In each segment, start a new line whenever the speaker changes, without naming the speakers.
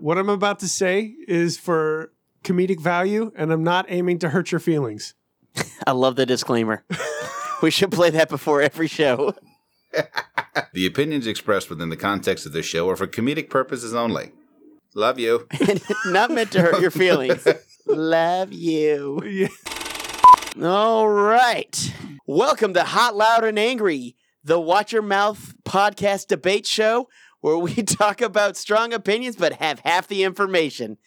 What I'm about to say is for comedic value, and I'm not aiming to hurt your feelings.
I love the disclaimer. we should play that before every show.
The opinions expressed within the context of this show are for comedic purposes only. Love you.
Not meant to hurt your feelings. Love you.
Yeah.
All right. Welcome to Hot, Loud, and Angry, the Watch Your Mouth podcast debate show where we talk about strong opinions but have half the information.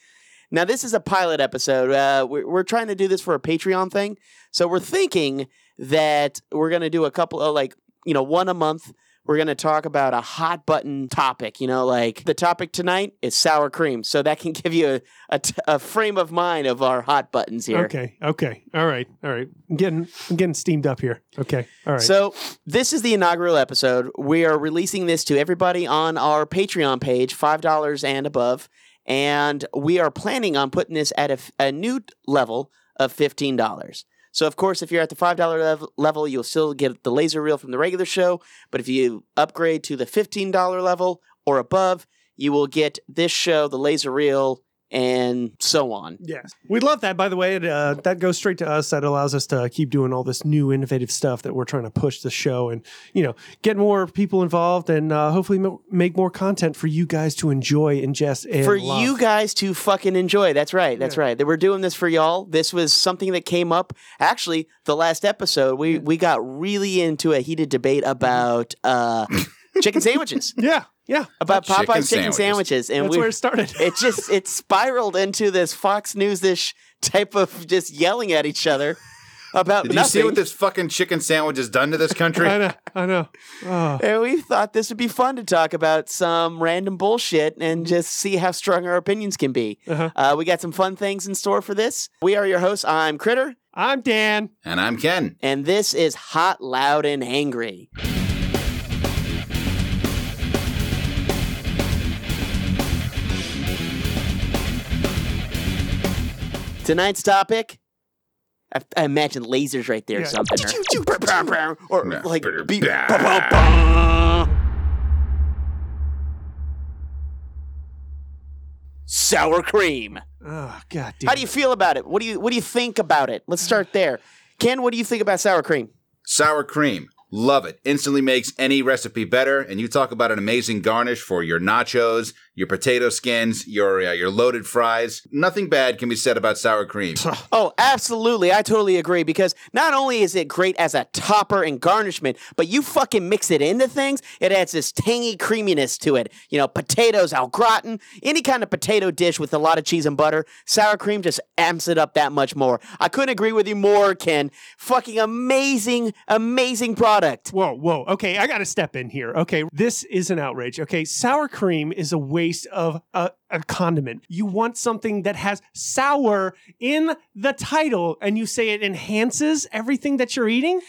Now, this is a pilot episode. Uh, we're, we're trying to do this for a Patreon thing. So we're thinking that we're going to do a couple of like, you know, one a month. We're going to talk about a hot button topic. You know, like the topic tonight is sour cream. So that can give you a, a, t- a frame of mind of our hot buttons here.
Okay. Okay. All right. All right. I'm getting I'm getting steamed up here. Okay. All right.
So this is the inaugural episode. We are releasing this to everybody on our Patreon page, five dollars and above, and we are planning on putting this at a, f- a new level of fifteen dollars. So of course, if you're at the five dollar lev- level, you'll still get the laser reel from the regular show. But if you upgrade to the fifteen dollar level or above, you will get this show, the laser reel, and so on.
Yes. We love that, by the way. It, uh, that goes straight to us. That allows us to keep doing all this new, innovative stuff that we're trying to push the show and, you know, get more people involved and uh, hopefully mo- make more content for you guys to enjoy, ingest, and
for
love.
you guys to fucking enjoy. That's right. That's right. That We're doing this for y'all. This was something that came up actually the last episode. We we got really into a heated debate about uh, chicken sandwiches,
Yeah. Yeah.
about
Chicken
Popeye's chicken
sandwiches.
sandwiches, and
That's
we
where it started.
it just it spiraled into this Fox News ish type of just yelling at each other about
Did you
nothing.
see what this fucking chicken sandwich has done to this country?
I know. I know. Oh.
and we thought this would be fun to talk about some random bullshit and just see how strong our opinions can be.
Uh-huh.
Uh, we got some fun things in store for this. We are your hosts. I'm Critter,
I'm Dan.
And I'm Ken.
and this is Hot, Loud, and Angry. Tonight's topic. I, I imagine lasers right there, or
Yeah.
something, or, Brr, brr, brr, or
Yeah.
like
Brr,
beep,
brr.
ba, ba, ba. sour cream.
Oh, God damn.
How do you feel about it? What do you What do you think about it? Let's start there. Ken, what do you think about sour cream?
Sour cream. Love it. Instantly makes any recipe better. And you talk about an amazing garnish for your nachos, your potato skins, your uh, your loaded fries. Nothing bad can be said about sour cream.
Oh, absolutely. I totally agree because not only is it great as a topper and garnishment, but you fucking mix it into things, it adds this tangy creaminess to it. You know, potatoes au gratin, any kind of potato dish with a lot of cheese and butter, sour cream just amps it up that much more. I couldn't agree with you more, Ken. Fucking amazing, amazing product.
Whoa, whoa. Okay, I got to step in here. Okay, this is an outrage. Okay, sour cream is a waste of a, a condiment. You want something that has sour in the title, and you say it enhances everything that you're eating?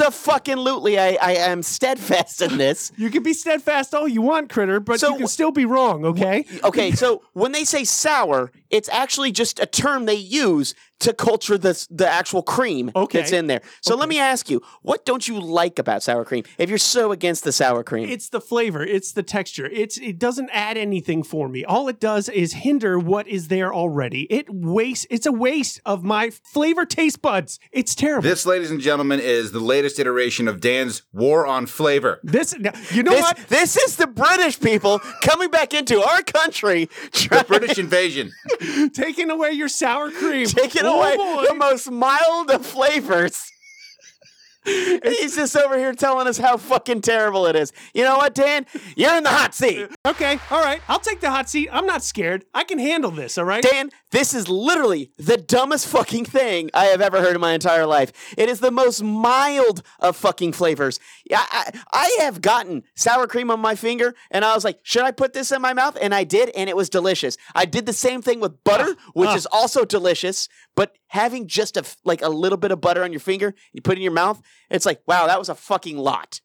Absolutely, I, I am steadfast in this.
You can be steadfast all you want, critter, but
So
you can still be wrong, okay?
Okay, so when they say sour, it's actually just a term they use to culture the the actual cream
Okay.
that's in there. So let me ask you, what don't you like about sour cream? If you're so against the sour cream,
It's the flavor, it's the texture. It's it doesn't add anything for me. All it does is hinder what is there already. It wastes it's a waste of my flavor taste buds. It's terrible.
This, ladies and gentlemen, is the latest iteration of Dan's war on flavor.
This, you know
this,
what?
this is the British people coming back into our country, trying,
British invasion.
taking away your sour cream.
taking
Oh,
away
boy.
the most mild of flavors. And He's just over here telling us how fucking terrible it is. You know what, Dan? You're in the hot seat.
Okay, all right. I'll take the hot seat. I'm not scared. I can handle this. All right.
Dan, this is literally the dumbest fucking thing I have ever heard in my entire life. It is the most mild of fucking flavors. Yeah, I, I, I have gotten sour cream on my finger, and I was like, should I put this in my mouth? And I did, and it was delicious. I did the same thing with butter, which is also delicious. But having just a f- like a little bit of butter on your finger, you put it in your mouth, it's like, wow, that was a fucking lot.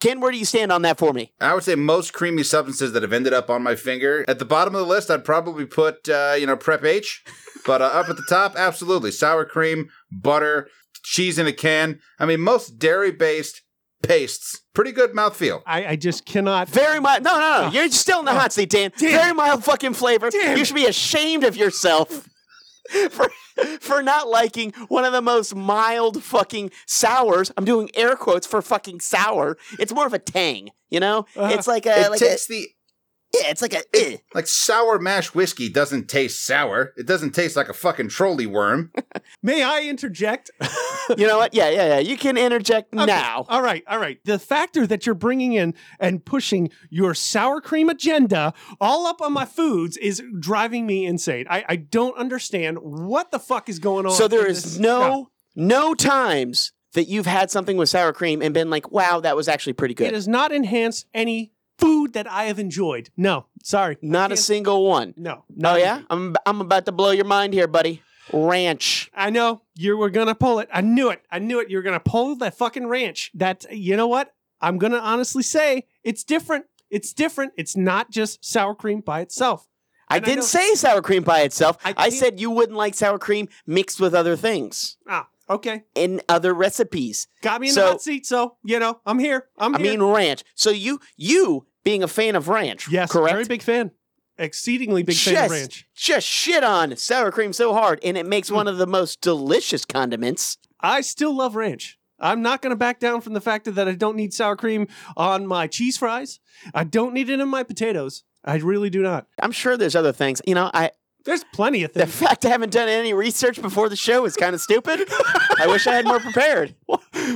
Ken, where do you stand on that for me?
I would say most creamy substances that have ended up on my finger. At the bottom of the list, I'd probably put, uh, you know, Prep H. But uh, up at the top, absolutely. Sour cream, butter, cheese in a can. I mean, most dairy based pastes. Pretty good mouthfeel.
I, I just cannot.
Very mild. No, no, no. You're still in the hot seat, Dan.
Ah. Damn.
Very mild fucking flavor.
Damn.
You should be ashamed of yourself for for not liking one of the most mild fucking sours. I'm doing air quotes for fucking sour. It's more of a tang, you know.
Uh,
it's like a
It
like
tastes the
a yeah. It's like a eh.
like sour mash whiskey doesn't taste sour. It doesn't taste like a fucking trolley worm.
May I interject?
you know what? Yeah, yeah, yeah. You can interject
Okay.
now.
All right, all right. The factor that you're bringing in and pushing your sour cream agenda all up on my foods is driving me insane. I, I don't understand what the fuck is going on.
So there
in
is
this
no no times that you've had something with sour cream and been like, wow, that was actually pretty
stuff. It
good.
has not enhanced any food that I have enjoyed. No, sorry.
not a
can't-
single one.
No.
Oh
not
yeah,
even.
I'm I'm about to blow your mind here, buddy. Ranch.
I know you were gonna pull it. I knew it. I knew it. You were gonna pull that fucking ranch. That you know what? I'm gonna honestly say it's different. It's different. It's not just sour cream by itself.
I
And I
didn't
know-
say sour cream by itself.
I
I,
can't-
said you wouldn't like sour cream mixed with other things
Ah, okay.
in other recipes.
Got me in the
So-
hot seat, so you know I'm here. I'm
I
here.
mean ranch. So you you being a fan of ranch,
yes,
correct?
very big fan, exceedingly big fan of
Just-
ranch.
Just shit on sour cream so hard, and it makes one of the most delicious condiments.
I still love ranch. I'm not going to back down from the fact that I don't need sour cream on my cheese fries. I don't need it in my potatoes. I really do not.
I'm sure there's other things. You know, I
There's plenty of
the
things.
fact I haven't done any research before the show is kind of stupid. I wish I had more prepared.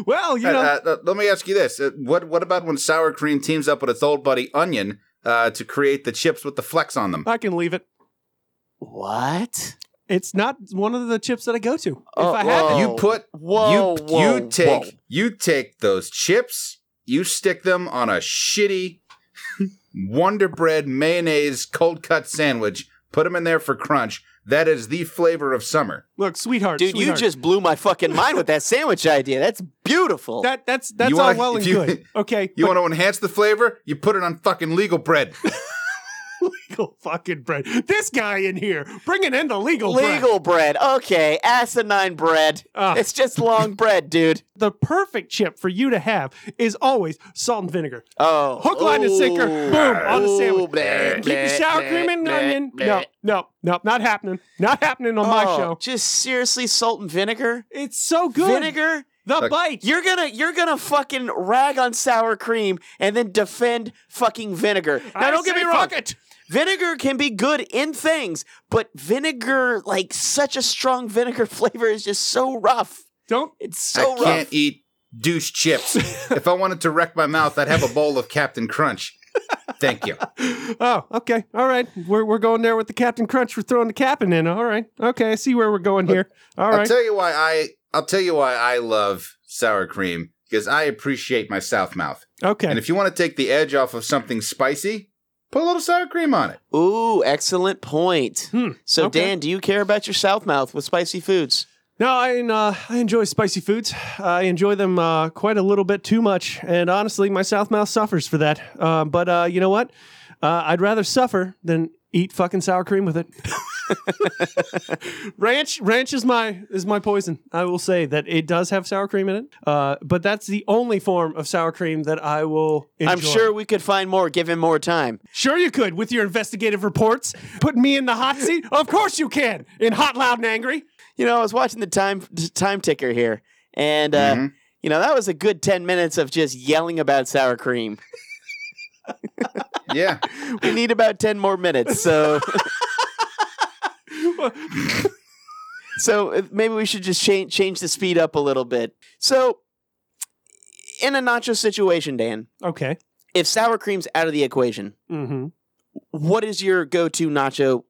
well, you know,
Uh, uh, let me ask you this: uh, what what about when sour cream teams up with its old buddy onion uh, to create the chips with the flex on
uh,
them?
I can leave it.
What?
It's not one of the chips that I go to. If
Oh,
I had,
whoa.
to-
you put
Whoa,
you
whoa,
you take
whoa.
you take those chips, you stick them on a shitty Wonder Bread mayonnaise cold cut sandwich. Put them in there for crunch. That is the flavor of summer.
look, sweetheart,
Dude, you
sweetheart,
just blew my fucking mind with that sandwich idea. That's beautiful.
that that's that's
You
all
wanna-
well and
if you-
good. Okay,
You want to enhance the flavor? You put it on fucking legal bread.
legal fucking bread. This guy in here, bring an end to legal bread.
Legal bread. Okay, asinine bread.
Ah.
It's just long bread, dude.
the perfect chip for you to have is always salt and vinegar.
Oh.
Hook, line, and sinker.
Ooh.
Boom, on the sandwich.
Ooh, bleh,
Keep your
bleh,
sour
bleh,
cream and
bleh,
onion.
bleh.
No, no, no, not happening. Not happening on my
Oh,
show.
Just seriously salt and vinegar?
It's so good.
Vinegar?
The
Look,
bite.
You're gonna you're gonna fucking rag on sour cream and then defend fucking vinegar. Now
I
don't get
say
me wrong.
Fuck it.
Vinegar can be good in things, but vinegar, like such a strong vinegar flavor, is just so rough.
Don't.
It's so
I
rough.
can't eat douche chips. if I wanted to wreck my mouth, I'd have a bowl of Captain Crunch. Thank you.
Oh, okay. All right. We're, we're going there with the Captain Crunch. We're throwing the captain in. All right. Okay. I see where we're going here. All
I'll
right.
tell you why I I'll tell you why I love sour cream because I appreciate my south mouth.
Okay.
And if you want to take the edge off of something spicy, put a little sour cream on it.
Ooh, excellent point.
Hmm,
So,
okay.
Dan, do you care about your south mouth with spicy foods?
No, I uh, I enjoy spicy foods. I enjoy them uh, quite a little bit too much, and honestly, my south mouth suffers for that. Uh, but uh, you know what? Uh, I'd rather suffer than eat fucking sour cream with it. ranch, ranch is my is my poison. I will say that it does have sour cream in it, uh, but that's the only form of sour cream that I will. Enjoy.
I'm sure we could find more given more time.
sure you could with your investigative reports, putting me in the hot seat. Of course you can. In hot, loud, and angry.
You know, I was watching the time t- time ticker here, and uh,
Mm-hmm.
Mhm.
you know that was a good ten minutes of just yelling about sour cream.
Yeah.
we need about ten more minutes, so so uh, maybe we should just change change the speed up a little bit. So, in a nacho situation, Dan,
okay.
if sour cream's out of the equation,
Mm-hmm.
what is your go-to nacho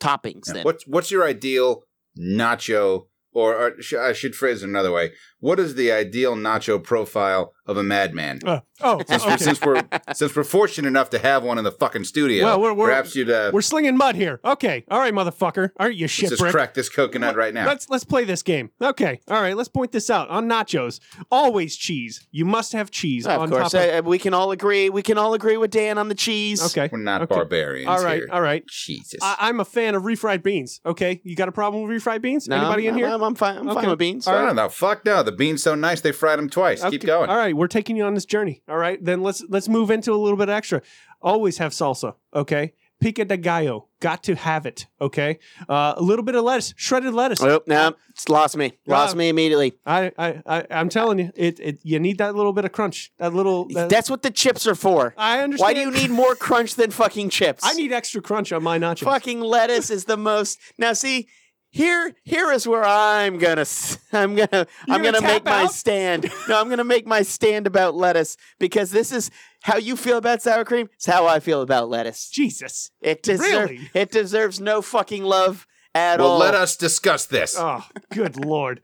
toppings then?
What's what's your ideal nacho or, or sh- I should phrase it another way. What is the ideal nacho profile of a madman?
Uh, oh,
Since, we're,
okay.
since we're since we're fortunate enough to have one in the fucking studio,
Well, we're- we're-
perhaps you'd uh,
We're slinging mud here. Okay. All right, motherfucker. All right, you
let's
shit
just
brick.
crack this coconut right now.
Let's let's play this game. Okay. All right. Let's point this out on nachos. Always cheese. You must have cheese
Of
on
course,
top
I- I- we can all agree. We can all agree with Dan on the cheese.
of. Okay.
We're not
Okay.
barbarians.
All right.
here.
All right.
Jesus.
I, I'm a fan of refried beans. Okay. You got a problem with refried beans?
No,
Anybody in
no,
here?
I'm, I'm fine. I'm
Okay.
fine with beans.
So I don't know. Fuck no. The beans so nice they fried them twice. Keep
Okay,
going.
All right, we're taking you on this journey. All right, then let's let's move into a little bit extra. Always have salsa, okay? Pica de gallo, got to have it, okay? Uh, a little bit of lettuce, shredded lettuce.
Oh, no, it's lost me. Lost
Yeah.
me immediately.
I, I, I I'm telling you, it, it you need that little bit of crunch. That little. that-
That's what the chips are for.
I understand.
Why do you need more crunch than fucking chips?
I need extra crunch on my nachos.
fucking lettuce is the most. Now see, here here is where I'm gonna s- I'm gonna I'm
gonna
gonna, make
tap
my
out?
stand. No, I'm gonna make my stand about lettuce because this is how you feel about sour cream. It's how I feel about lettuce.
Jesus.
It deserves
Really?
it deserves no fucking love at
well,
all.
let us discuss this.
Oh, good lord.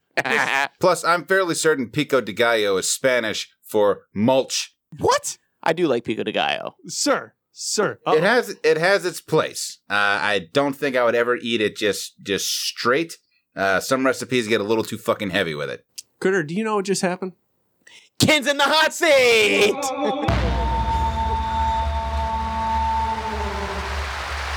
Plus, I'm fairly certain pico de gallo is Spanish for mulch.
what? I do like pico de gallo.
Sir, sir.
It
uh-oh.
has it has its place. Uh, I don't think I would ever eat it just just straight. Uh, some recipes get a little too fucking heavy with it.
Critter, do you know what just happened?
Ken's in the hot seat.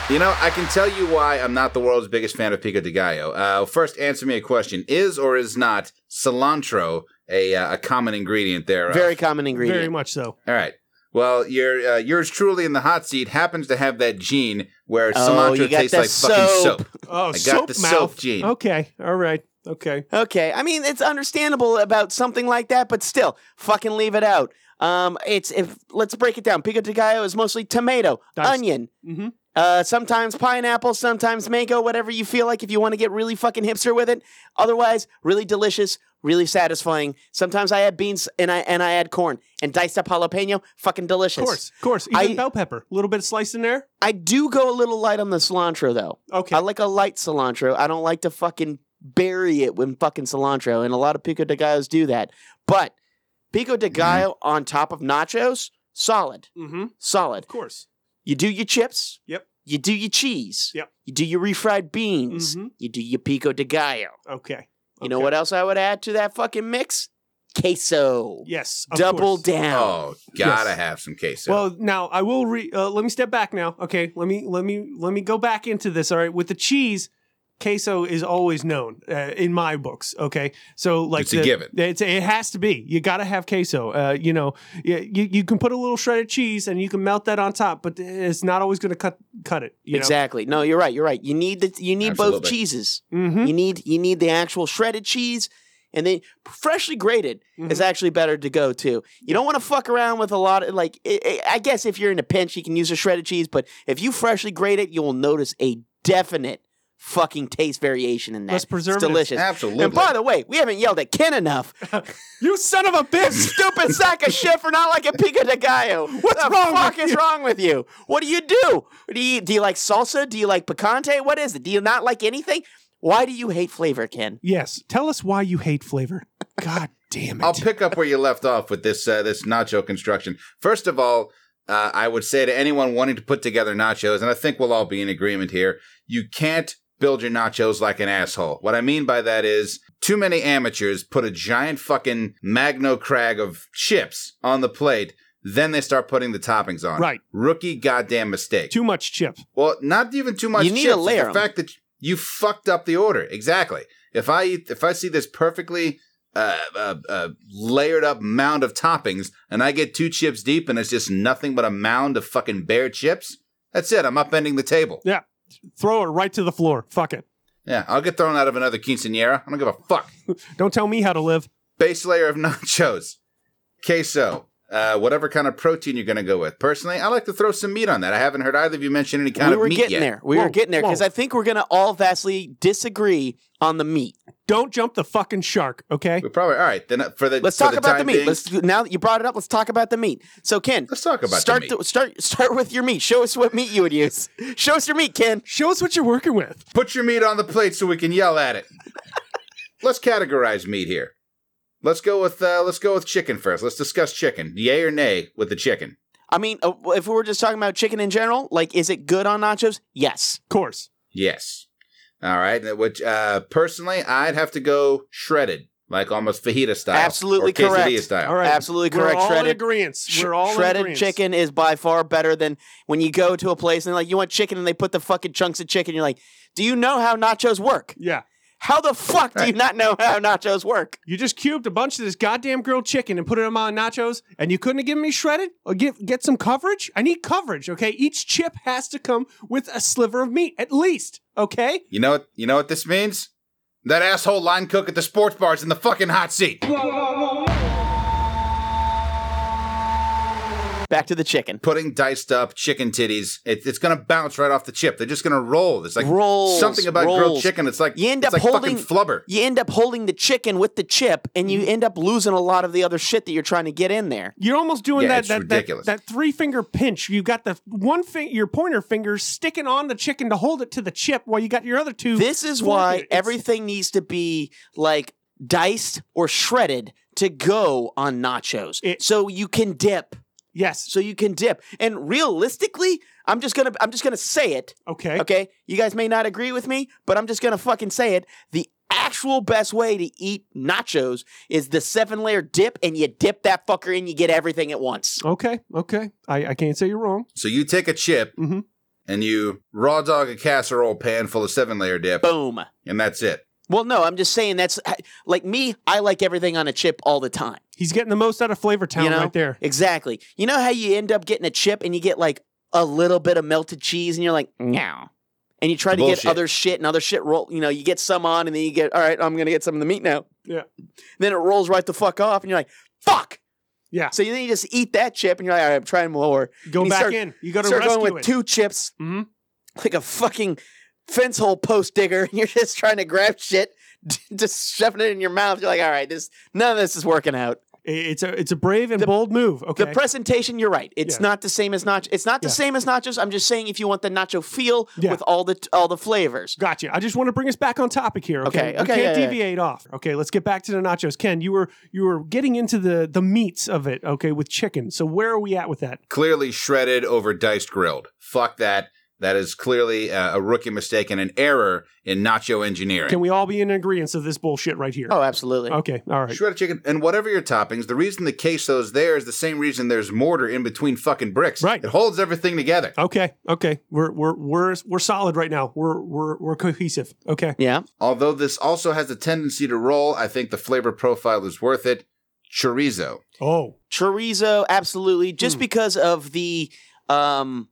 You know, I can tell you why I'm not the world's biggest fan of pico de gallo. Uh, first, answer me a question: Is or is not cilantro a uh, a common ingredient there? uh,
Very common ingredient.
Very much so.
All right. Well, your uh, yours truly in the hot seat happens to have that gene where
Oh, you
cilantro
got
tastes
the
like fucking
soap.
soap.
Oh,
got
soap
the
mouth.
soap gene.
Okay, all right, okay.
Okay, I mean it's understandable about something like that, but still, fucking leave it out. Um, it's if let's break it down. Pico de gallo is mosely tomato,
Diced.
onion,
Mm-hmm.
uh, sometimes pineapple, sometimes mango, whatever you feel like. If you want to get really fucking hipster with it, otherwise, really delicious, really satisfying. Sometimes I add beans and I and I add corn and diced up jalapeno, fucking delicious.
Of course, of course. Even
I-
bell pepper, a little bit of slice in there.
I do go a little light on the cilantro though.
Okay,
I like a light cilantro. I don't like to fucking bury it when fucking cilantro, and a lot of pico de gallos do that. But pico de gallo on top of nachos, solid,
mm-hmm.
solid.
of course.
You do your chips.
Yep.
You do your cheese.
Yep.
You do your refried beans.
Mhm.
You do your pico de gallo. You
Okay.
know
okay.
what else I would add to that fucking mix? Queso.
Yes, of
Double
course.
down.
Oh, gotta
Yes.
have some queso.
Well, now I will re. Uh, let me step back now. Okay, let me let me let me go back into this. All right, with the cheese, queso is always known uh, in my books. Okay, so like
It's a
the-
given.
It's, it has to be. You got to have queso. Uh, you know, you, you you can put a little shredded cheese and you can melt that on top, but it's not always going to cut cut it. You
Exactly. No, you're right. You're right. You need the you need both
Absolutely.
cheeses.
Know? Mm-hmm.
You need you need the actual shredded cheese, and then freshly grated
Mm-hmm.
is actually better to go to. You don't want to fuck around with a lot of like. i i I guess if you're in a pinch, you can use a shredded cheese, but if you freshly grate it, you will notice a definite fucking taste variation in that.
Less
It's
preservatives.
delicious.
Absolutely.
And by the way, we haven't yelled at Ken enough.
You son of a bitch!
Stupid sack of shit for not like a pico de gallo. What the
wrong with
fuck is wrong with you? What do you do? Do you, do you like salsa? Do you like picante? What is it? Do you not like anything? Why do you hate flavor, Ken?
Yes. Tell us why you hate flavor. God damn it.
I'll pick up where you left off with this uh, this nacho construction. First of all, uh, I would say to anyone wanting to put together nachos, and I think we'll all be in agreement here, you can't build your nachos like an asshole. What I mean by that is too many amateurs put a giant fucking magno crag of chips on the plate, then they start putting the toppings on.
Right.
Rookie goddamn mistake.
Too much chip.
Well, not even too much.
You need
chips.
to layer
The
'em.
fact that you fucked up the order exactly. If I eat, if I see this perfectly uh, uh, uh, layered up mound of toppings, and I get two chips deep, and it's just nothing but a mound of fucking bare chips. That's it. I'm upending the table.
Yeah. Throw it right to the floor. Fuck it.
Yeah, I'll get thrown out of another quinceanera. I don't give a fuck.
Don't tell me how to live.
Base layer of nachos, queso, uh, whatever kind of protein you're going to go with. Personally, I like to throw some meat on that. I haven't heard either of you mention any kind
we
of
were
meat
getting
yet.
there. We
Whoa,
were getting there because
whoa.
I think we're gonna all vastly disagree on the meat.
Don't jump the fucking shark, okay?
We probably all right. Then uh, for the
Let's
for
talk about
time
the meat.
being-
Let's now that you brought it up. Let's talk about the meat. So Ken,
Let's talk about the
start
meat.
start start with your meat. Show us what meat you would use. Show us your meat, Ken.
Show us what you're working with.
Put your meat on the plate so we can yell at it. let's categorize meat here. Let's go with uh, let's go with chicken first. Let's discuss chicken. Yay or nay with the chicken.
I mean, uh, if we were just talking about chicken in general, like, is it good on nachos? Yes.
Of course.
Yes. All right. Which uh, personally, I'd have to go shredded, like almost fajita style,
Absolutely
or quesadilla
correct.
style.
All right.
Absolutely correct.
We're all in
Shredded-
agreement.
Sh-
We're all in
shredded
agreeance.
chicken is by far better than when you go to a place and they're like you want chicken and they put the fucking chunks of chicken. You're like, do you know how nachos work?
Yeah.
How the fuck do you not know how nachos work?
You just cubed a bunch of this goddamn grilled chicken and put it on my nachos, and you couldn't have given me shredded or get get some coverage. I need coverage, okay? Each chip has to come with a sliver of meat at least, okay?
You know what? You know what this means? That asshole line cook at the sports bar's in the fucking hot seat.
Back to the chicken.
Putting diced up chicken titties, it, it's gonna bounce right off the chip. They're just gonna roll. It's like
Rolls,
something about grilled
rolls.
chicken. It's like
You end
it's
up
like
holding
fucking flubber.
You end up holding the chicken with the chip, and you end up losing a lot of the other shit that you're trying to get in there.
You're almost doing
Yeah,
that,
it's
that,
ridiculous.
that that three finger pinch. You got the one finger, your pointer finger sticking on the chicken to hold it to the chip, while you got your other two.
This is
fork it.
why
It's-
everything needs to be like diced or shredded to go on nachos,
It-
so you can dip.
yes,
So you can dip. And realistically, I'm just gonna I'm just gonna say it.
okay.
Okay, you guys may not agree with me, but I'm just gonna fucking say it. The actual best way to eat nachos is the seven layer dip, and you dip that fucker in, you get everything at once.
Okay, okay. I, I can't say you're wrong.
So you take a chip
Mhm.
and you raw dog a casserole pan full of seven layer dip,
Boom.
and that's it.
Well, no, I'm just saying that's like me. I like everything on a chip all the time.
He's getting the most out of Flavor Town
You know?
right there.
Exactly. You know how you end up getting a chip and you get like a little bit of melted cheese, and you're like, no. And you try to
Bullshit.
get other shit and other shit roll. You know, you get some on, and then you get all right. I'm gonna get some of the meat now.
Yeah.
Then it rolls right the fuck off, and you're like, fuck.
Yeah.
So then you just eat that chip, and you're like, all right, I'm trying more.
Go
And he
back
start-
in. You got to
Start
rescue
going with
it.
two chips,
Mhm.
like a fucking fence hole post digger, and you're just trying to grab shit, just shoving it in your mouth. You're like, all right, this none of this is working out.
It's a it's a brave and
The-
bold move. Okay.
The presentation, you're right. It's
Yeah.
not the same as nacho. It's not the
Yeah.
same as nachos. I'm just saying, if you want the nacho feel
Yeah.
with all the all the flavors,
Gotcha. I just want to bring us back on topic here. Okay.
Okay,
We
okay,
can't
yeah, yeah.
deviate off. Okay. Let's get back to the nachos. Ken, you were you were getting into the the meats of it. Okay, with chicken. So where are we at with that?
Clearly shredded over diced grilled. Fuck that. That is clearly uh, a rookie mistake and an error in nacho engineering.
Can we all be in agreement of this bullshit right here?
oh, absolutely.
Okay. All right.
Shredded chicken and whatever your toppings, the reason the queso is there is the same reason there's mortar in between fucking bricks.
Right.
It holds everything together.
Okay. Okay. We're we're we're we're solid right now. We're we're we're cohesive. Okay.
Yeah,
Although this also has a tendency to roll, I think the flavor profile is worth it. Chorizo.
Oh.
chorizo, absolutely. Just
Mm.
because of the um,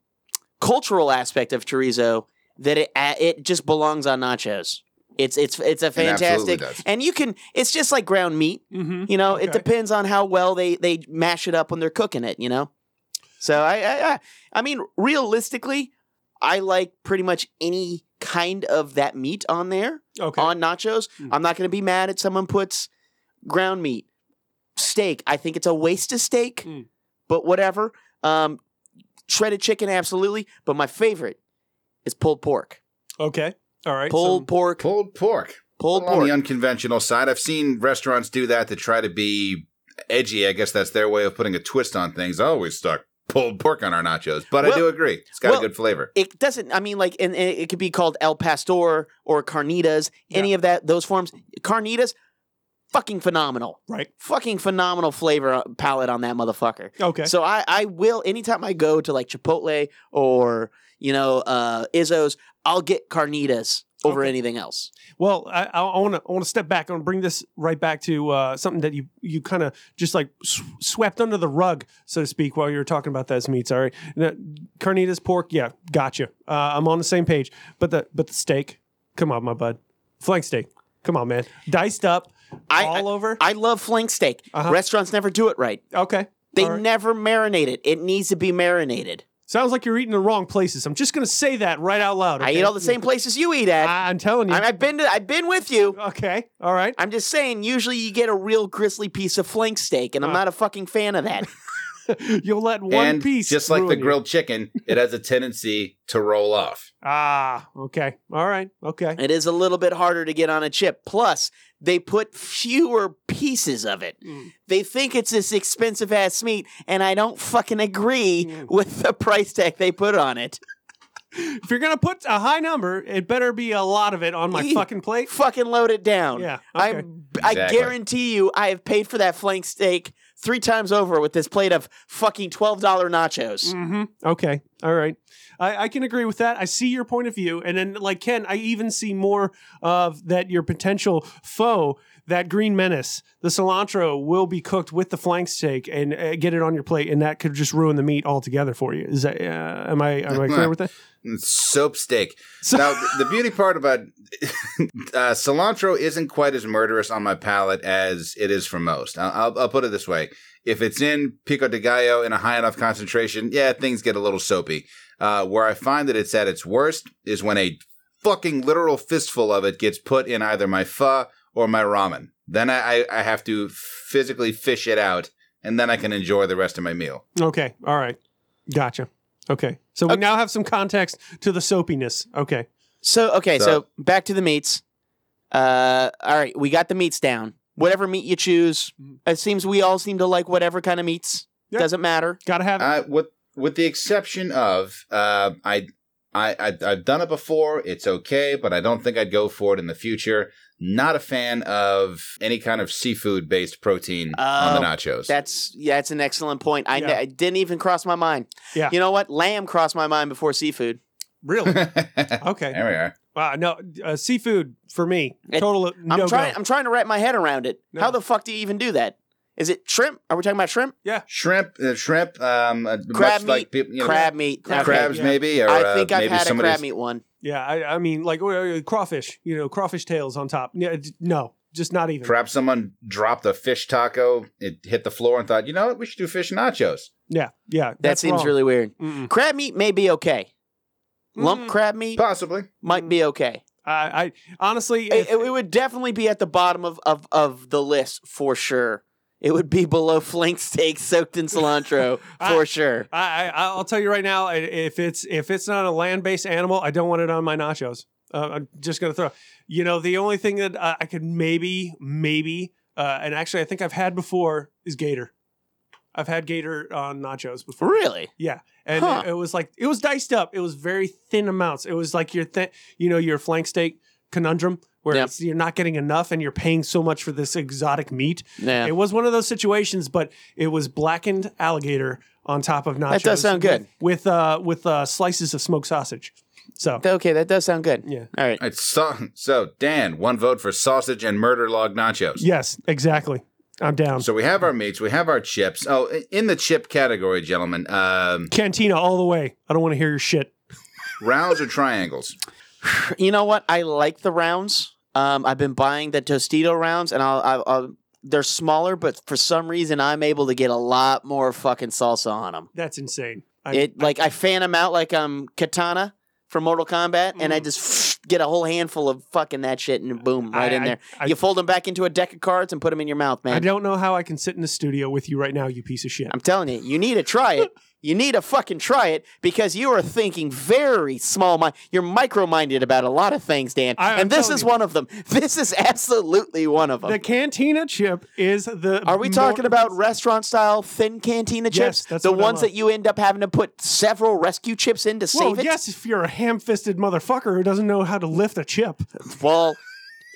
cultural aspect of chorizo, that it uh, it just belongs on nachos. It's it's it's a
It absolutely
fantastic,
does.
and you can. It's just like ground meat.
Mm-hmm.
You know, it
Okay.
depends on how well they they mash it up when they're cooking it. You know, so I I I, I mean, realistically, I like pretty much any kind of that meat on there
Okay.
on nachos.
Mm.
I'm not going to be mad at someone puts ground meat, steak. I think it's a waste of steak,
Mm.
but whatever. Um, shredded chicken, absolutely. But my favorite is pulled pork.
okay. All right.
Pulled
so-
pork.
Pulled pork.
Pulled
on
pork.
the unconventional side. I've seen restaurants do that to try to be edgy. I guess that's their way of putting a twist on things. I always stuck pulled pork on our nachos, but I
Well-
do agree it's got
well-
a good flavor.
it doesn't i mean like and, and it could be called el pastor or carnitas any of that those forms carnitas fucking phenomenal
Right.
fucking phenomenal flavor uh, palette on that motherfucker
Okay.
so i i will anytime i go to like chipotle or you know uh izzo's i'll get carnitas over
Okay.
anything else
Well, I want to I want to step back. I want to bring this right back to uh, something that you you kind of just like sw- swept under the rug, so to speak, while you were talking about those meats. All right, now, carnitas pork, yeah, gotcha. Uh, I'm on the same page. But the but the steak, come on, my bud, flank steak, come on, man, diced up,
I-
all over.
i love flank steak
Uh-huh.
restaurants never do it right
okay,
they
All right.
never marinate it it needs to be marinated
sounds like you're eating the wrong places. I'm just gonna say that right out loud.
i
okay?
eat all the same places you eat at
I, am telling you.
I, i've been to i've been with you
okay, all right.
I'm just saying, usually you get a real gristly piece of flank steak, and I'm
Uh.
not a fucking fan of that.
You'll let one
and
piece
just like the
ruin you.
grilled chicken, it has a tendency to roll off.
Ah, okay, all right, okay.
it is a little bit harder to get on a chip. Plus, they put fewer pieces of it.
Mm.
They think it's this expensive ass meat, and I don't fucking agree
Mm.
with the price tag they put on it.
If you're gonna put a high number, it better be a lot of it on my
Eat.
fucking plate.
Fucking load it down.
Yeah, okay.
I I
Exactly.
guarantee you, I have paid for that flank steak three times over with this plate of fucking $12 nachos.
hmm Okay. All right. I, I can agree with that. I see your point of view. And then, like Ken, I even see more of that your potential foe, that green menace, the cilantro, will be cooked with the flank steak and uh, get it on your plate. And that could just ruin the meat altogether for you. Is that, uh, am I, am I clear with that?
Soap steak.
So-
now, th- the beauty part about uh, cilantro isn't quite as murderous on my palate as it is for most. I- I'll, I'll put it this way: if it's in pico de gallo in a high enough concentration, yeah, things get a little soapy. Uh, where I find that it's at its worst is when a fucking literal fistful of it gets put in either my pho or my ramen. Then I, I, I have to physically fish it out, and then I can enjoy the rest of my meal.
Okay. All right. Gotcha. Okay. So we
Okay.
now have some context to the soapiness. Okay.
So, okay, so,
So-
back to the meats. Uh, all right, we got the meats down. Whatever meat you choose, it seems we all seem to like whatever kind of meats.
Mm-hmm. Yeah.
Doesn't matter.
Gotta have it.
Uh, with with the exception of uh, I, I I I've done it before. It's okay, but I don't think I'd go for it in the future. Not a fan of any kind of seafood based protein on the
Oh,
nachos.
That's yeah, that's an excellent point. I,
Yeah.
I didn't even cross my mind.
Yeah.
You know what? Lamb crossed my mind before seafood.
Really?
there
Okay.
we are.
Wow. No, uh, seafood for me.
It-
Total. uh, no
I'm
go.
trying. I'm trying to wrap my head around it.
No.
How the fuck do you even do that? Is it shrimp? Are we talking about shrimp?
Shrimp, uh, shrimp, um, uh,
Crab
much like people, you know,
crab meat.
crab-
Okay.
crabs
yeah.
maybe, or
I think
uh,
I've
maybe
had a
some of
crab
this-
meat one.
Yeah, I, I mean, like uh, crawfish, you know, crawfish tails on top. Yeah, d- no, just not even.
Perhaps someone dropped a fish taco, it hit the floor, and thought, you know what, we should do fish nachos.
Yeah, yeah,
That seems really weird.
Mm-mm.
Crab meat may be okay. Lump
Mm,
crab meat
Possibly.
might be okay.
I, I honestly,
It,
if-
it would definitely be at the bottom of, of, of the list for sure. It would be below flank steak soaked in cilantro
I-
for sure.
I, I, I'll tell you right now, i- if it's if it's not a land based animal, I don't want it on my nachos. Uh, I'm just gonna throw. You know, the only thing that uh, I could maybe, maybe, uh, and actually, I think I've had before is gator. I've had gator on nachos before.
Really?
and
Huh.
it, it was like it was diced up. It was very thin amounts. It was like your thin, you know, your flank steak conundrum where
Yep.
it's, you're not getting enough and you're paying so much for this exotic meat.
Yeah.
It was one of those situations, but it was blackened alligator on top of nachos.
That does sound good.
with with, uh, with uh, slices of smoked sausage. So
Okay, that does sound good.
yeah,
All right.
It's so, so, Dan, one vote for sausage and murder log nachos.
yes, exactly. I'm down.
So we have our meats, we have our chips. Oh, i- in the chip category, gentlemen, um,
Cantina all the way. I don't want to hear your shit.
rounds or triangles?
You know what? I like the rounds. Um, I've been buying the Tostito rounds, and I'll, I'll, I'll they're smaller, but for some reason, I'm able to get a lot more fucking salsa on them.
That's insane. I,
It like I fan them out like um katana from Mortal Kombat, and I
Mm.
just get a whole handful of fucking that shit, and boom, right
I-
in
I-
there.
I-
you fold them back into a deck of cards and put them in your mouth,
I
man.
don't know how I can sit in the studio with you right now, you piece of shit.
I'm telling you, you need to try it. You need to fucking try it because you are thinking very small mind. You're micro minded about a lot of things, Dan,
I- I'm
and this
telling
is
you.
one of them. This is absolutely one of them.
The cantina chip is the.
Are we
more-
talking about restaurant style thin cantina chips?
Yes, that's
the
what I
ones
love.
that you end up having to put several rescue chips in to
Well,
save it?
yes, if you're a ham-fisted motherfucker who doesn't know how to lift a chip.
Well,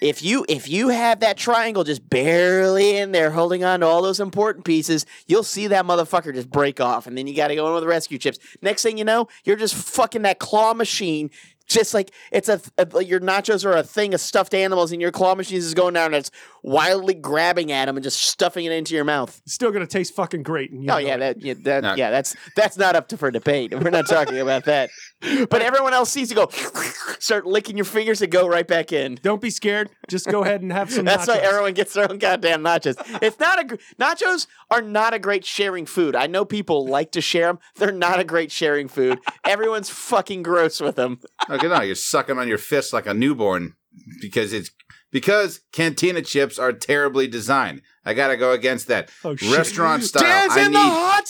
if you if you have that triangle just barely in there holding on to all those important pieces, you'll see that motherfucker just break off and then you got to go in with the rescue chips. Next thing you know, you're just fucking that claw machine just like it's a, a- your nachos are a thing of stuffed animals and your claw machine is going down and it's wildly grabbing at them and just stuffing it into your mouth.
It's still gonna taste fucking great. And you
Oh
know
yeah,
it.
that, yeah, that
No.
yeah, that's that's not up to for debate. We're not talking about that. But everyone else sees you go, start licking your fingers and go right back in.
Don't be scared. Just go ahead and have some.
That's why
nachos.
everyone gets their own goddamn nachos. It's not a gr- nachos are not a great sharing food. I know people like to share them. They're not a great sharing food. Everyone's fucking gross with them.
Okay, no, you're sucking on your fist like a newborn because it's because cantina chips are terribly designed. I gotta go against that.
Oh, shit.
Restaurant style. I need.
hot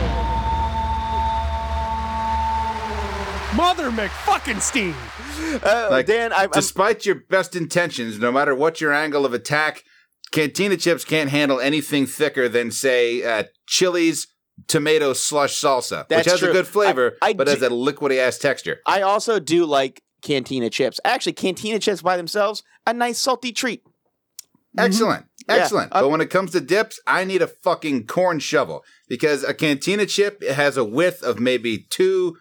seat.
Mother McFucking Steam.
Uh,
Like,
Dan, I, I'm,
Despite your best intentions, no matter what your angle of attack, cantina chips can't handle anything thicker than, say, uh, chilies, tomato slush salsa,
That's
which has
true.
a good flavor,
I- I
but
do-
has a liquidy ass texture.
I also do like cantina chips. Actually, cantina chips by themselves, a nice salty treat.
Mm-hmm. Excellent. Excellent.
Yeah.
But when it comes to dips, I need a fucking corn shovel because a cantina chip it has a width of maybe two,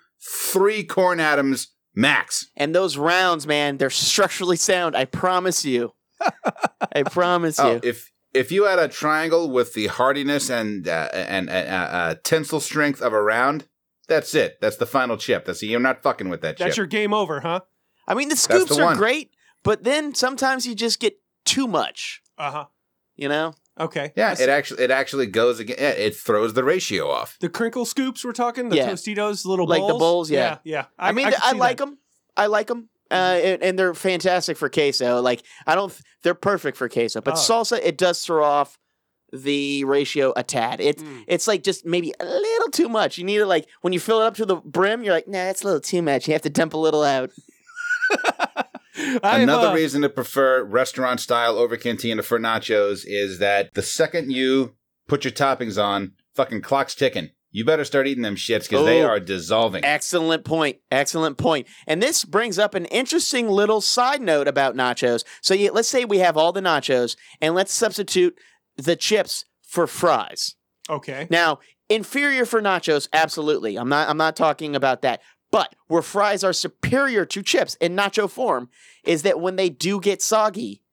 three corn atoms max.
And those rounds, man, they're structurally sound. I promise you. I promise
Oh,
you.
if if you had a triangle with the hardiness and uh, and uh, uh, uh, tensile strength of a round, that's it. That's the final chip. That's you're not fucking with that
That's
chip.
your game over, huh?
I mean, the
the
scoops are
one.
great, but then sometimes you just get too much,
Uh huh.
you know?
Okay.
yeah,
I
it actually it actually goes again. It throws the ratio off.
The crinkle scoops we're talking, the
Yeah.
Tostitos, little
Like the
bowls.
bowls, yeah.
yeah. yeah.
I, mean, I,
could
like 'em.
see
like
that.
them. I like them. Uh, and, and they're fantastic for queso. Like, I don't, th- they're perfect for queso, but
Oh.
salsa, it does throw off the ratio a tad. It's,
Mm.
it's like just maybe a little too much. You need to, like, when you fill it up to the brim, you're like, nah, that's a little too much. You have to dump a little out.
I've,
Another
uh,
reason to prefer restaurant style over cantina for nachos is that the second you put your toppings on, fucking clock's ticking. You better start eating them shits because they
Oh.
are dissolving.
Excellent point. Excellent point. And this brings up an interesting little side note about nachos. So you, let's say we have all the nachos, and let's substitute the chips for fries.
Okay.
Now, inferior for nachos, absolutely. I'm not. I'm not talking about that. But where fries are superior to chips in nacho form is that when they do get soggy,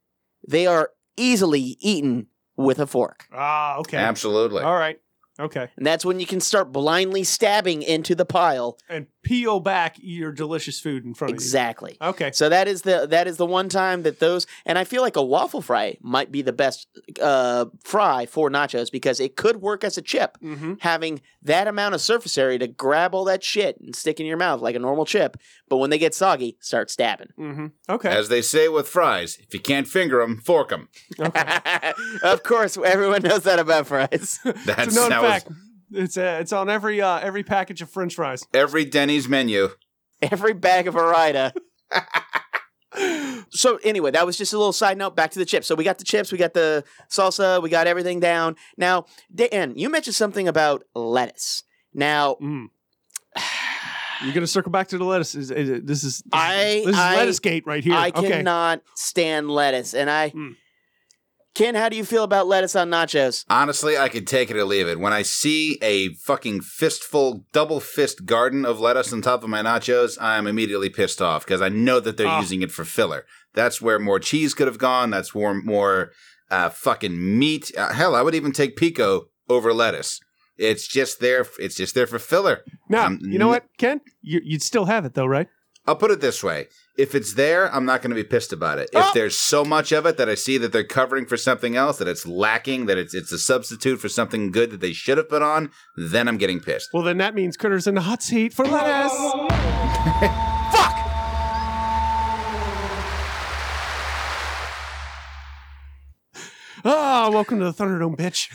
they are easily eaten with a fork.
Ah, okay.
Absolutely.
All right. Okay.
And that's when you can start blindly stabbing into the pile.
And peel back your delicious food in front
Exactly.
of you. Okay.
So that is the that is the one time that those and I feel like a waffle fry might be the best uh, fry for nachos because it could work as a chip,
Mm-hmm.
having that amount of surface area to grab all that shit and stick in your mouth like a normal chip. But when they get soggy, start stabbing.
Mm-hmm. Okay.
As they say with fries, if you can't finger them, fork them.
okay.
of course, everyone knows that about fries.
That's
it's a known
that was
fact. It's uh, it's on every uh, every package of French fries.
every Denny's menu.
Every bag of Arida. so anyway, that was just a little side note. Back to the chips. So we got the chips, we got the salsa, we got everything down. Now, Dan, you mentioned something about lettuce. Now,
Mm. You're gonna circle back to the lettuce. Is, is, it- this is this,
I-
is- this is
I-
lettuce gate right here.
I
okay.
cannot stand lettuce, and I.
Mm.
Ken, how do you feel about lettuce on nachos?
Honestly, I could take it or leave it. When I see a fucking fistful, double fist garden of lettuce on top of my nachos, I'm immediately pissed off because I know that they're
Ah.
using it for filler. That's where more cheese could have gone. That's where more uh, fucking meat. Uh, hell, I would even take pico over lettuce. It's just there. It's just there for filler.
Now
I'm
you know
n-
what, Ken? You, you'd still have it though, right?
I'll put it this way. If it's there, I'm not going to be pissed about it.
Oh.
If there's so much of it that I see that they're covering for something else, that it's lacking, that it's it's a substitute for something good that they should have put on, then I'm getting pissed.
Well, then that means Critter's in the hot seat for lettuce.
Fuck!
Ah, welcome to the Thunderdome, bitch.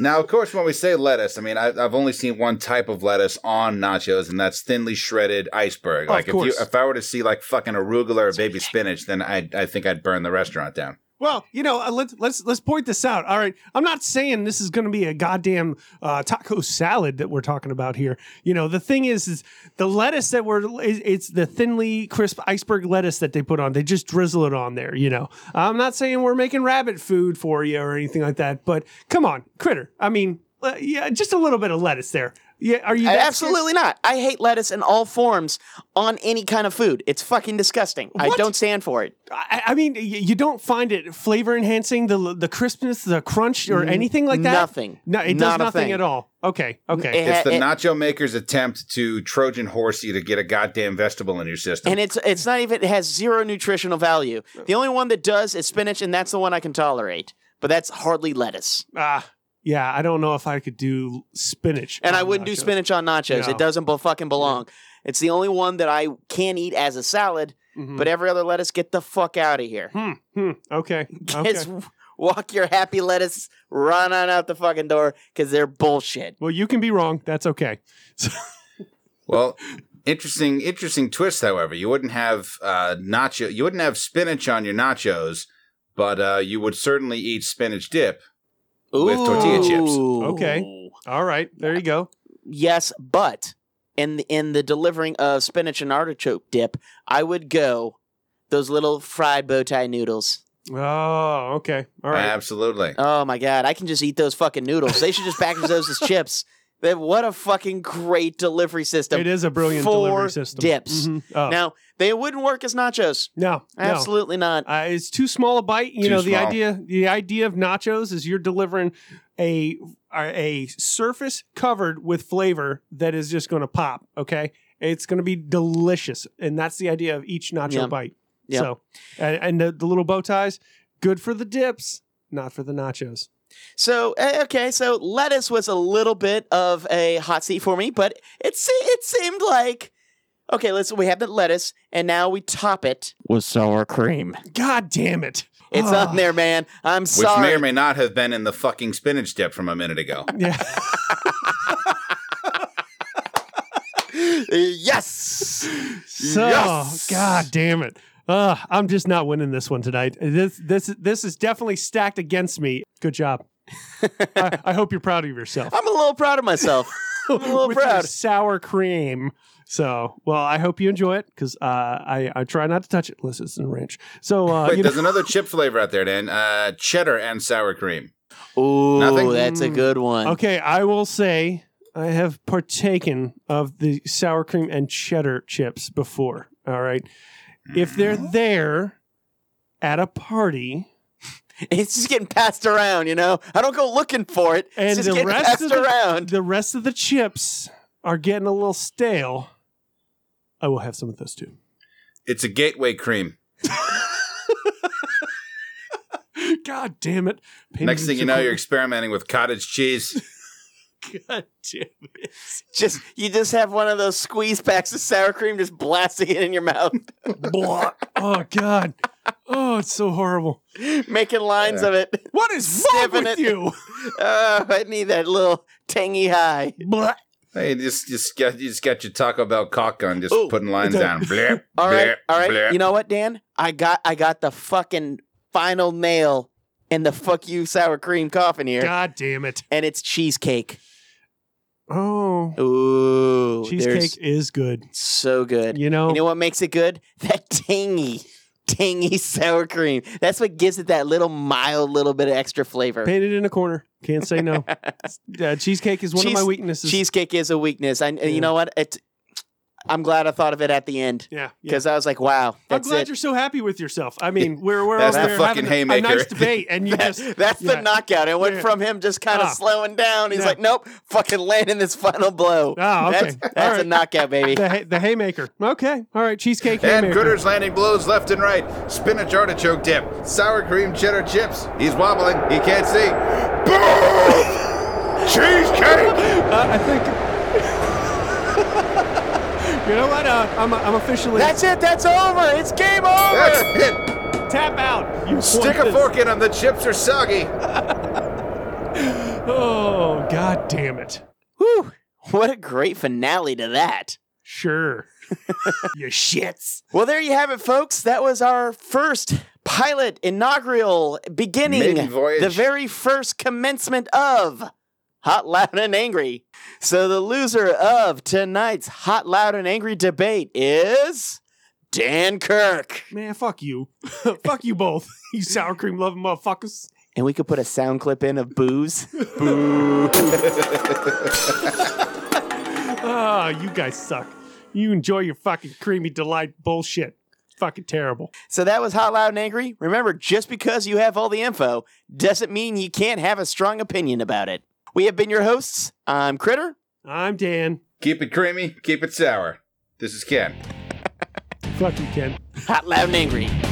Now, of course, when we say lettuce, I mean I, I've only seen one type of lettuce on nachos, and that's thinly shredded iceberg.
Oh,
Of
Like if
course.
you if I were to see like fucking arugula or baby spinach, then I I think I'd burn the restaurant down.
Well, you know, uh, let's let's let's point this out. All right, I'm not saying this is going to be a goddamn uh, taco salad that we're talking about here. You know, the thing is, is the lettuce that we're it- it's the thinly crisp iceberg lettuce that they put on. They just drizzle it on there. You know, I'm not saying we're making rabbit food for you or anything like that. But come on, critter. I mean, uh, yeah, just a little bit of lettuce there. Yeah, are you that scared?
Absolutely not. I hate lettuce in all forms on any kind of food. It's fucking disgusting. I
What?
don't stand for it.
I, I mean, y- you don't find it flavor enhancing the the crispness, the crunch, or anything like that.
Nothing.
No, it does
Not a
nothing
thing. eh.
at all. Okay, okay.
It ha-
It's the
it-
nacho maker's attempt to Trojan horse you to get a goddamn vegetable in your system.
And it's it's not even it has zero nutritional value. The only one that does is spinach, and that's the one I can tolerate. But that's hardly lettuce.
Ah, yeah. I don't know if I could do spinach,
And I
on
wouldn't do
Oh, nachos.
spinach on nachos.
No.
It doesn't bo- fucking belong. It's the only one that I can eat as a salad,
Mhm.
but every other lettuce, get the fuck out of here.
hmm, hmm, okay, okay.
Just walk your happy lettuce, run on out the fucking door, because they're bullshit.
Well, you can be wrong. That's okay.
Well, interesting, interesting twist. However, you wouldn't have uh, nacho, you wouldn't have spinach on your nachos, but uh, you would certainly eat spinach dip. With tortilla chips.
Ooh.
Okay. All right, there you go.
Yes, but in the, in the delivering of spinach and artichoke dip, I would go those little fried bow tie noodles.
Oh, okay. All right. Uh,
Absolutely.
Oh my god, I can just eat those fucking noodles. They should just package those as chips. Then what a fucking great delivery system.
it is a brilliant
four
delivery system.
dips.
Mhm. Oh.
Now they wouldn't work as nachos.
no, no.
Absolutely not.
Uh, it's too small a bite. You
Too
know the
small.
idea. The idea of nachos is you're delivering a a surface covered with flavor that is just going to pop. Okay, it's going to be delicious, and that's the idea of each nacho
Yeah.
bite.
Yeah.
So, and, and the, the little bow ties, good for the dips, not for the nachos.
So eh, okay, so lettuce was a little bit of a hot seat for me, but it se- it seemed like okay. Let's we have the lettuce, and now we top it with sour cream.
God damn it!
It's
Ah.
on there, man. I'm
Which may
sorry.
or may not have been in the fucking spinach dip from a minute ago.
Yeah.
yes.
So
Yes!
god damn it. Uh, I'm just not winning this one tonight. This this this is definitely stacked against me. Good job. I, I hope you're proud of yourself.
I'm a little proud of myself. I'm a little
With Your
proud.
sour cream. So well, I hope you enjoy it because uh, I I try not to touch it unless it's in ranch. So uh,
Wait,
you know,
there's another chip flavor out there, Dan. Uh, cheddar and sour cream.
Ooh,
Nothing?
that's a good one.
okay, I will say I have partaken of the sour cream and cheddar chips before. All right, if they're
Mm-hmm.
there at a party.
It's just getting passed around, you know. I don't go looking for it.
And
it's just
the
getting
rest
passed
of the-
around.
the rest of the chips are getting a little stale. I will have some of those too.
It's a gateway cream.
God damn it! Pain
Next
is
thing you know, you're experimenting with cottage cheese.
God damn it!
Just you just have one of those squeeze packs of sour cream just blasting it in your mouth,
Blah. Oh God! Oh, it's so horrible.
making lines
Yeah.
of it.
What is wrong
Sniffing
with
it.
you?
Oh, I need that little tangy high.
Blah.
hey, you just just got you just got your Taco Bell cock gun, just
Ooh,
putting lines
Oh, it's a-
down. Blip,
All right,
blip,
all right.
blip.
You know what, Dan? I got I got the fucking final nail in the fuck you sour cream coffin here,
God damn it!
and it's cheesecake.
Oh,
Ooh,
cheesecake
there's-
is good.
so good.
You know,
You know what makes it good? That tangy, tangy sour cream. That's what gives it that little mild, little bit of extra flavor.
painted in a corner. Can't say no. uh, cheesecake is one of
Cheese-
my weaknesses.
Cheesecake is a weakness. I,
Yeah.
You know what? It, I'm glad I thought of it at the end
Yeah, yeah.
because I was like, wow,
I'm
that's
glad
it.
you're so happy with yourself. I mean, we're we're
That's
over
the
there
fucking
having a, a nice
haymaker.
debate, and you just
that's
yeah.
the knockout. It went
Yeah.
from him just kind of
Ah.
slowing down. He's
Yeah.
like, nope, fucking landing this final blow.
Ah, okay.
That's,
All
that's a
right.
knockout, baby.
the, hay- the haymaker. Okay, all right, cheesecake
And
haymaker.
Gooder's landing blows left and right. Spinach artichoke dip. Sour cream cheddar chips. He's wobbling. He can't see. Boom! Cheesecake!
Uh, I think. you know what? Uh, I'm, I'm officially
That's it. That's over. It's game over.
That's it.
tap out. You
Stick
won
a
this.
fork in them. The chips are soggy.
Oh God damn it!
Whew. What a great finale to that.
Sure. you shits.
Well, there you have it, folks. That was our first pilot inaugural beginning,
Maiden voyage.
the very first commencement of Hot, Loud, and Angry. So, the loser of tonight's Hot, Loud, and Angry debate is Dan Kirk.
Man, fuck you. fuck you both. You sour cream loving motherfuckers.
And we could put a sound clip in of booze.
Ah, you guys suck. You enjoy your fucking creamy delight bullshit. Fucking terrible.
so, that was Hot, Loud, and Angry. Remember, just because you have all the info doesn't mean you can't have a strong opinion about it. We have been your hosts. I'm Critter.
I'm Dan.
Keep it creamy. Keep it sour. This is Ken.
Fuck you, Ken.
Hot, Loud, and Angry.